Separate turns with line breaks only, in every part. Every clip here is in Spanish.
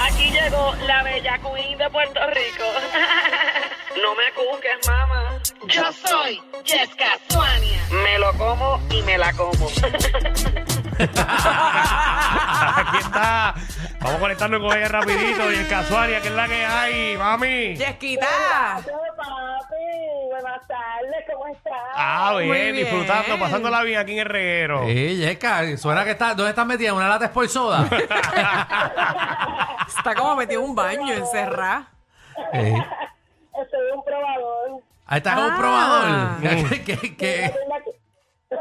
Aquí llegó la bella queen de Puerto Rico. No me cuques, mamá. Yo soy Jessica Suania. Me lo como y me la como.
Aquí está. Vamos a conectarnos con ella rapidito. Y el casuaria, que es la que hay, mami.
Yesquita.
papi. Buenas tardes, ¿cómo estás?
Ah, bien,
Muy bien.
disfrutando, pasándola bien aquí en el reguero.
Sí, Yesca, suena que está. ¿Dónde estás metida? ¿Una lata de soda?
Está como metido en un baño, encerrada.
Eh,
Estoy un probador.
Ahí está con un
Ah.
probador.
Mm.
¿Qué, qué, qué?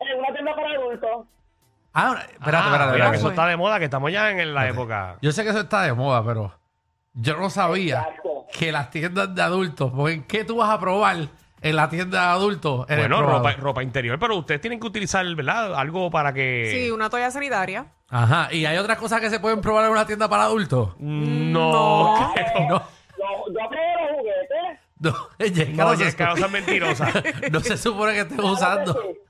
En una tienda para adultos.
Ah, una- espérate,
Ah,
espérate,
mira,
espérate.
que eso
pues.
está de moda, que estamos ya en la época.
Yo sé que eso está de moda, pero yo no sabía
Exacto.
que las tiendas de adultos, porque ¿qué tú vas a probar en la tienda de adultos? en el
Bueno, ropa,
probador?
ropa interior, pero ustedes tienen que utilizar, ¿verdad? Algo para que.
Sí, una toalla sanitaria.
Ajá, y hay otras cosas que se pueden probar en una tienda para adultos.
No.
No.
creo.
No,
Yo, yo probé los juguetes.
no, Yesca,
No,
no,
oye,
se,
es que no seas mentirosa.
no se supone que estés
claro que
usando.
sí.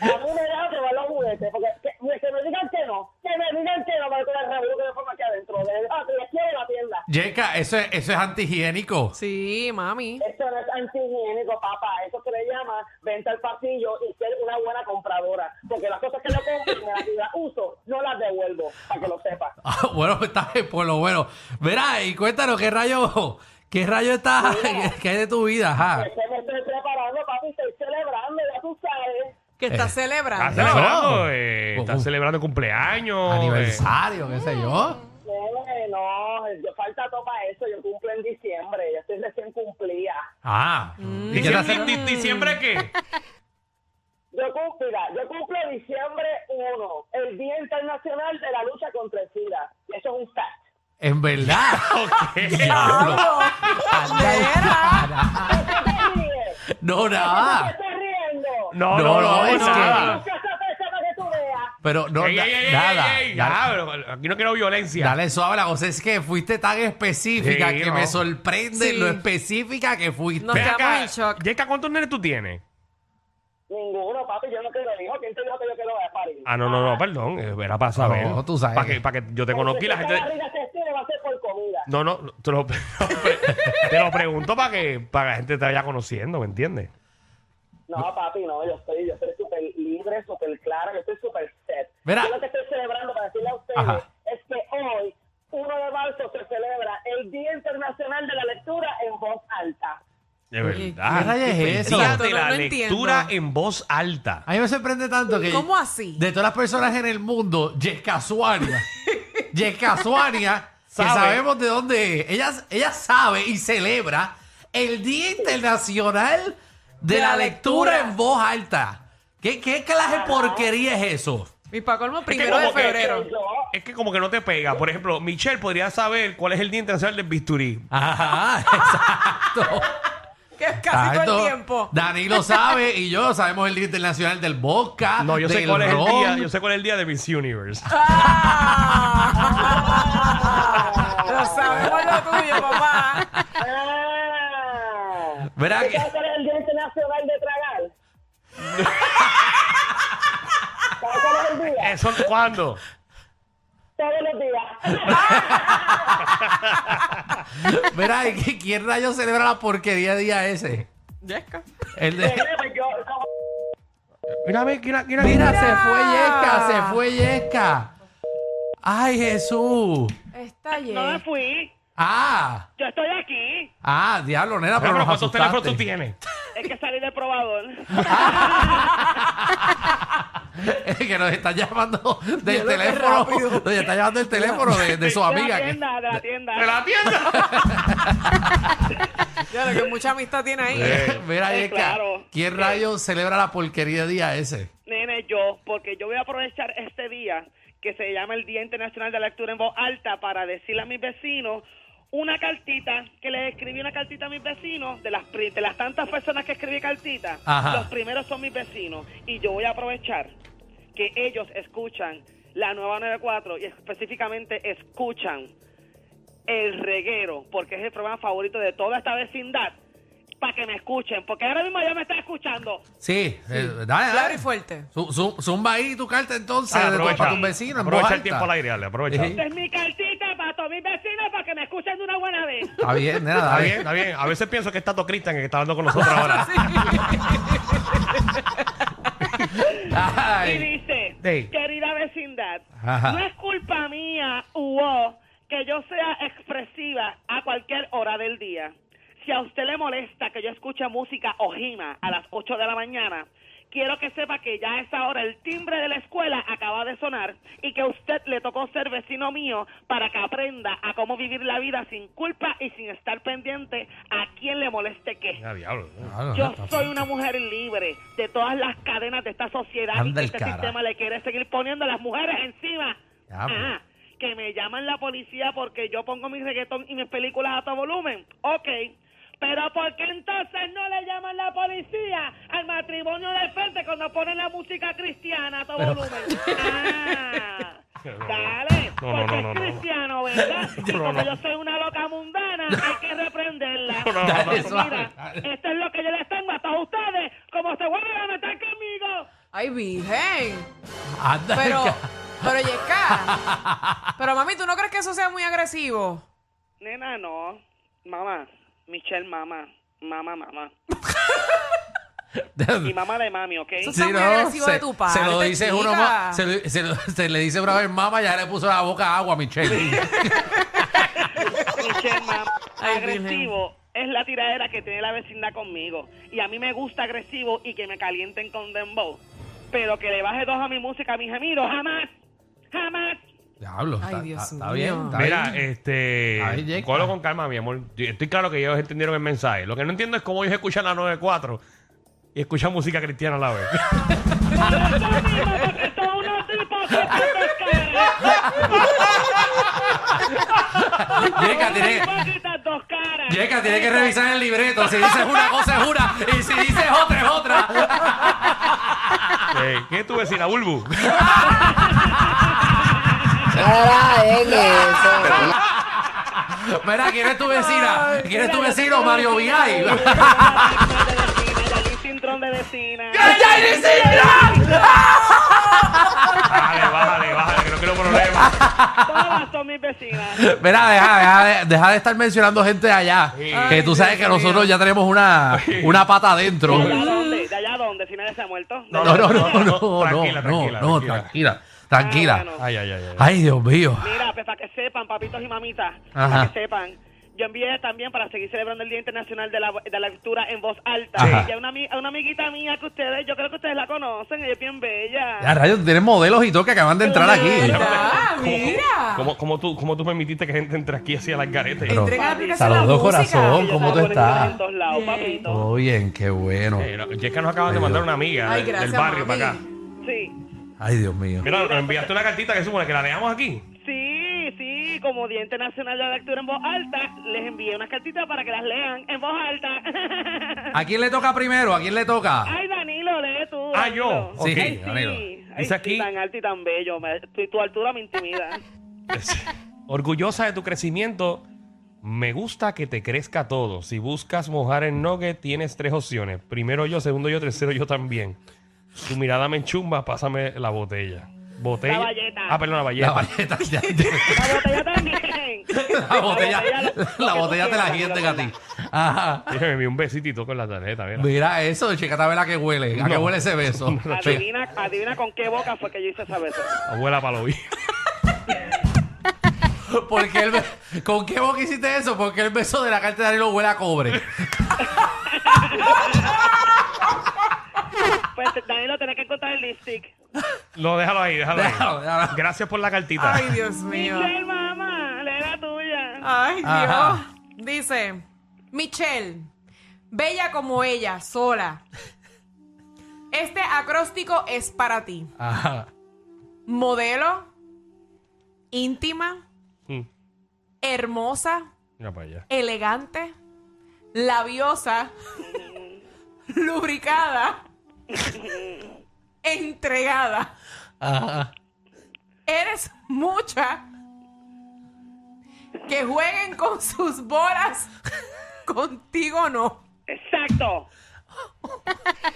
A mí me dejan probar los juguetes. Porque que, que me digan que no. Que me digan que no para que el revuelo que me forma aquí adentro. De verdad, te quiero en la tienda.
Yesca, eso es, eso es antihigiénico.
Sí, mami.
Eso no es antihigiénico, papá. Eso se le llama venta al pasillo y ser una buena compradora. Porque las cosas que yo compro me las- y las uso, no las devuelvo, para que lo sepas.
Ah, bueno, está bien, por lo bueno. Verá, y cuéntanos qué rayo, qué rayo está, qué hay de tu vida, ajá.
Es que me estoy preparando, papi, estoy celebrando, ya tú sabes.
Que está
Eh,
Está
celebrando.
celebrando, eh, está
Uh, uh.
celebrando cumpleaños. eh.
Aniversario, qué sé yo.
Eh, No, yo falta todo para eso. Yo cumplo en diciembre, yo estoy recién cumplida.
Ah, ¿y qué te
¿Diciembre,
hace-
di- ¿Diciembre qué?
Yo cumplo, mira, yo cumplo diciembre 1, el Día Internacional de la Lucha contra el SIDA. Y eso es un fact.
En verdad. Diablo. Anda el cara. No,
¿Por
nada.
qué te estás riendo?
Ah. No, no,
No,
no,
no, es que-
nada.
Busca esa fecha para que tú veas.
Pero no,
Ey,
na-
ey, ey, ey,
nada.
ey, ey,
Dale-
ya, pero aquí no quiero violencia.
Dale suave la cosa, es que fuiste tan específica
Sí,
que
no.
me sorprende
Sí.
lo específica que fuiste.
No.
Ven
Estamos
acá,
en shock.
Yeka, ¿cuántos nenes tú tienes?
Ninguno, papi, yo no quiero hijo. ¿Quién te dijo que yo quiero a parir?
Ah, no, no, no, perdón. eh, Era para saber.
No, tú sabes.
Para que, pa' que yo te conozca y la gente.
Esa barriga se estira, este va a ser por comida.
No, no, te lo, te lo pregunto para que, para que la gente te vaya conociendo, ¿me entiendes?
No, papi, no, yo estoy, yo estoy súper libre, súper clara, yo estoy súper set.
Mira.
Yo lo que estoy celebrando para decirle a ustedes
Ajá.
es que hoy, 1 de marzo, se celebra el Día Internacional de la Lectura en Voz Alta.
De
Oye,
verdad.
¿qué rayos es eso?
Día
Exacto,
de
no,
la
no
lectura
entiendo.
en voz alta.
A mí me sorprende tanto que.
¿Cómo así?
De todas las personas en el mundo, Jessica Suania. Jessica Suania, que
Sabe.
sabemos de dónde es. Ella, ella sabe y celebra el Día Internacional de,
De
la,
la
lectura.
Lectura.
en Voz Alta. ¿Qué, qué clase de porquería es eso?
Y para colmo, primero de
como que-
febrero.
Yo,
Es que como que no te pega. Por ejemplo, Michelle podría saber cuál es el Día Internacional del Bisturí.
Ajá, exacto.
Que es casi todo
Exacto.
el tiempo.
Dani lo sabe y yo sabemos el Día Internacional del Vodka.
No, yo sé
Ah, del
cuál es el
ron.
día, yo sé cuál es el día de Miss Universe.
Ah. Lo sabemos lo tuyo, papá.
ah,
Verá
¿Tú
que-
sabes cuál es el Día Internacional de Tragar? ¿Sabes cuál es el día?
¿Eso cuándo?
Todos los días.
Verá, ¿y qué- ¿quién rayo celebra la porquería día ese?
Yesca.
El de...
Pues yo, como-
Mira, mira, mira, mira.
Mira,
mira.
se fue Yesca, se fue Yesca. Ay, Jesús.
Está
No me
lleno.
fui.
Ah,
Yo estoy aquí.
ah, diablo, nena, pero,
Pero
nos
¿Cuántos teléfonos tú
asustaste.
tienes?
Es que salí del probador.
que nos está llamando del
Diablo, qué
teléfono.
rápido.
Nos está llamando del teléfono de, de su amiga.
De
que-
la tienda, de la tienda.
¡De la tienda!
Ya lo que mucha amistad tiene ahí.
Eh, Mira,
Sí,
Yesca,
claro.
¿quién rayo celebra la porquería día ese?
Nene, yo, porque yo voy a aprovechar este día que se llama el Día Internacional de la Lectura en Voz Alta para decirle a mis vecinos una cartita, que les escribí una cartita a mis vecinos, de las, pri- de las tantas personas que escribí cartitas,
Ajá.
los primeros son mis vecinos. Y yo voy a aprovechar que ellos escuchan la nueva 94 y específicamente escuchan el reguero, porque es el programa favorito de toda esta vecindad, para que me escuchen, porque ahora mismo ya me está escuchando.
Sí, eh, dale,
Claro y
dale.
fuerte.
Zu- zu- Zumba ahí tu carta entonces
Dale,
de tu-
aprovecha.
para tus vecinos. en voz
Aprovecha el
alta.
tiempo al aire, dale, aprovecha.
Sí.
Esta es mi cartita para todos mis vecinos, para que me escuchen de una buena vez.
Está bien, nena,
Está
dale.
bien, está bien. A veces pienso que es Tato Cristian el que está hablando con nosotros ahora.
Y
Ay.
dice,
Ey.
querida vecindad,
Ajá.
no es culpa mía u o, que yo sea expresiva a cualquier hora del día. Si a usted le molesta que yo escuche música o gima a las 8 de la mañana, quiero que sepa que ya a esa hora el timbre de la escuela acaba de sonar y que a usted le tocó ser vecino mío para que aprenda a cómo vivir la vida sin culpa y sin estar pendiente a quién le moleste qué.
Ya, diablo.
Claro,
Yo
está-
soy una mujer libre de todas las cadenas de esta sociedad
Anda
y
el
que este
cara.
sistema le quiere seguir poniendo a las mujeres encima.
Ya,
Ah,
pues.
que me llaman la policía porque yo pongo mi reggaetón y mis películas a todo volumen. Ok. Pero ¿por qué entonces no le llaman la policía al matrimonio de frente cuando ponen la música cristiana a todo volumen? Ah, dale,
No, no, no, no,
porque es
no.
cristiano, ¿verdad? Y
No,
como
no.
yo soy una loca mundana, hay que reprenderla.
No, no,
Dale,
no, no.
suave.
Mira, esto es lo que yo les tengo a todos ustedes. Como se vuelven a meter conmigo.
Ay, virgen.
Anda,
Pero,
ca-
pero Yesca. Pero mami, ¿tú no crees que eso sea muy agresivo?
Nena, no. Mamá. Michelle, mamá. Mamá, mamá. Y mamá de mami, ¿ok?
Eso está muy agresivo de tu parte,
Se lo dice
chica.
uno más. Se, lo- se lo- se le dice una vez mamá, ya le puso la boca agua a Michelle.
Michelle, mamá.
Ay,
agresivo es la tiradera que tiene la vecindad conmigo. Y a mí me gusta agresivo y que me calienten con dembow. Pero que le baje dos a mi música, mis amigos, jamás. Jamás.
Diablo,
Ay,
está,
Dios
está- está
mío.
bien. Está
Mira, eh,
bien. Ahí
este.
llega.
Cógelo con calma, mi amor. Yo- Estoy claro que ellos entendieron el mensaje. Lo que no entiendo es cómo ellos escuchan la 94 y escuchan música cristiana a la vez.
Por eso mismo, porque son unos tipos que están descarados.
Yeca, tiene,
Hipócritas, dos caras.
Yeca, tiene que revisar el libreto. Si dices una cosa es una y si dices otra es otra.
Eh, ¿Qué es tu vecina, Bulbu?
Mira, ¿quién es tu vecina? ¿Quién es tu vecino? Mario Vigay.
Yailin Cintrón de vecina.
¡Yailin Cintrón!
Bájale, bájale, bájale, que no quiero problemas.
Todas son mis vecinas.
Mira, deja, deja de- deja de estar mencionando gente de allá. Que tú sabes que nosotros ya tenemos una, una pata adentro.
¿De allá dónde? ¿De allá dónde? Si nadie se ha muerto.
No,
No, no, no, no, no, no,
Tranquila, tranquila,
no,
tranquila.
tranquila, tranquila.
Ah, bueno.
Ay, ay, ay. ay.
Ay, Dios mío.
Mira, pues para que sepan, papitos y mamitas, para
Ajá.
que sepan. Yo envié también para seguir celebrando el Día Internacional de la, de la Lectura en Voz Alta.
Ajá.
Y a una, ami- a una amiguita mía que ustedes, yo creo que ustedes la conocen, ella es bien bella.
Ya, rayos, tienes modelos y todo que acaban de entrar aquí.
Ah,
¿Cómo-
mira.
¿Cómo, cómo tú, ¿Cómo tú permitiste que gente entre aquí así a las garetas?
Pero-
Entrega la aplicación
Saludos,
de la música.
corazón. ¿Cómo tú
Ella está
estás?
en todos lados, papito.
Todo bien, qué bueno.
Eh, no, y es que nos acaban de mandar una amiga
Ay,
del-
gracias,
del barrio
mami.
para acá.
Sí.
Ay, Dios mío.
Mira, nos enviaste una cartita que supone que la leamos aquí.
Sí, sí, como Día Internacional de la Lectura en Voz Alta, les envié unas cartitas para que las lean en voz alta.
¿A quién le toca primero? ¿A quién le toca?
Ay, Danilo, lee tú.
Ah, yo.
Danilo.
Sí,
Ok.
Ay, sí.
Danilo.
Ay,
Dice
sí,
aquí-
tan alto y tan bello. me- tu, tu altura me intimida.
Orgullosa de tu crecimiento, me gusta que te crezca todo. Si buscas mojar el nugget, tienes tres opciones. Primero yo, segundo yo, tercero yo también. Tu mirada me enchumba, pásame la botella. Botella.
La valleta.
Ah, perdón, la
La
balleta.
balleta, ya-
La botella también.
la botella,
lo- lo que
la
tú
botella te
quieras,
la
Danilo,
gienten a ti.
¿verdad?
Ajá.
Déjame me envió un besitito con la tarjeta, mira.
Mira eso, chica, a ver a qué huele. ¿A qué
No.
huele ese beso? Chica,
Adivina, adivina con qué boca fue que yo hice esa beso.
Abuela para lo
¿Por qué el be- ¿Con qué boca hiciste eso? Porque el beso de la carta de Danilo huele a cobre.
Pues Danilo, tenés que encontrar el lipstick.
No, déjalo ahí, déjalo
Déjalo,
ahí.
déjalo.
Gracias por la cartita.
Ay, Dios mío.
Michelle, mamá, lee la tuya.
Ay, Dios.
Ajá.
Dice, Michelle, bella como ella, sola. Este acróstico es para ti.
Ajá.
Modelo, íntima,
Mm,
hermosa,
Mira para allá.
elegante, labiosa, lubricada, entregada.
Ajá.
Eres mucha. Que jueguen con sus bolas. Contigo no.
Exacto.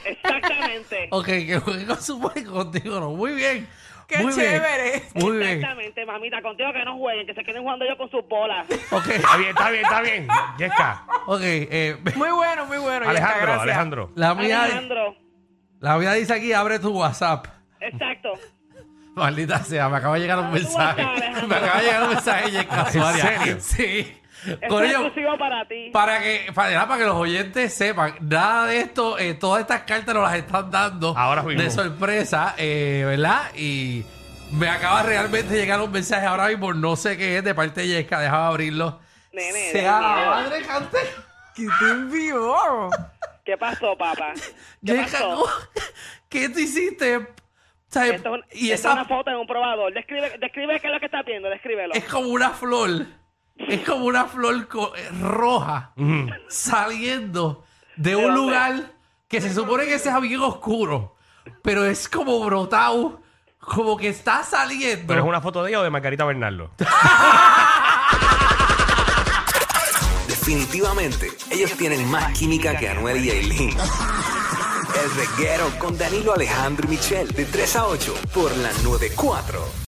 Exactamente.
Ok, que juegue con su buen contigo, ¿no? Muy bien.
Qué
muy bien,
chévere.
Muy bien.
Exactamente, mamita, contigo que no jueguen, que se queden jugando yo con sus bolas.
Ok,
Está bien, está bien, está bien. Yesca.
ok. eh,
Muy bueno, muy bueno. Yesca,
Alejandro,
gracias.
Alejandro.
la, mía,
Alejandro,
la mía dice aquí, abre tu WhatsApp.
exacto.
Maldita sea, me acaba de llegar un
Abre tu
mensaje.
WhatsApp, Alejandro.
Me acaba de llegar un mensaje de Yesca Suárez.
serio?
Sí.
Esto
Con
es
ello,
exclusivo para ti.
para que, para, para que los oyentes sepan, nada de esto, eh, todas estas cartas nos las están dando
Ahora mismo.
de sorpresa, eh, ¿verdad? Y me acaba realmente de llegar un mensaje ahora mismo, no sé qué es, de parte de Yesca, déjame abrirlo.
Nene,
sea la
eres mío.
madre cante.
¿Qué te envió?
¿Qué pasó, papá?
Eh,
¿Qué
Yesca,
pasó?
¿cómo- ¿qué te hiciste? O sea,
Esto es, un-
y
esto es
esa
una foto en un probador. Describe, describe qué es lo que estás viendo, descríbelo.
es como una flor, es como una flor co- eh, roja.
Mm.
saliendo de un
dónde?
lugar que se supone que sea bien oscuro, pero es como brotado, como que está saliendo.
Pero es una foto de ella o de Margarita Bernardo.
Definitivamente, ellos tienen más química que Anuel y Aileen. El reguero con Danilo Alejandro y Michel, de 3 a 8, por la 94. 4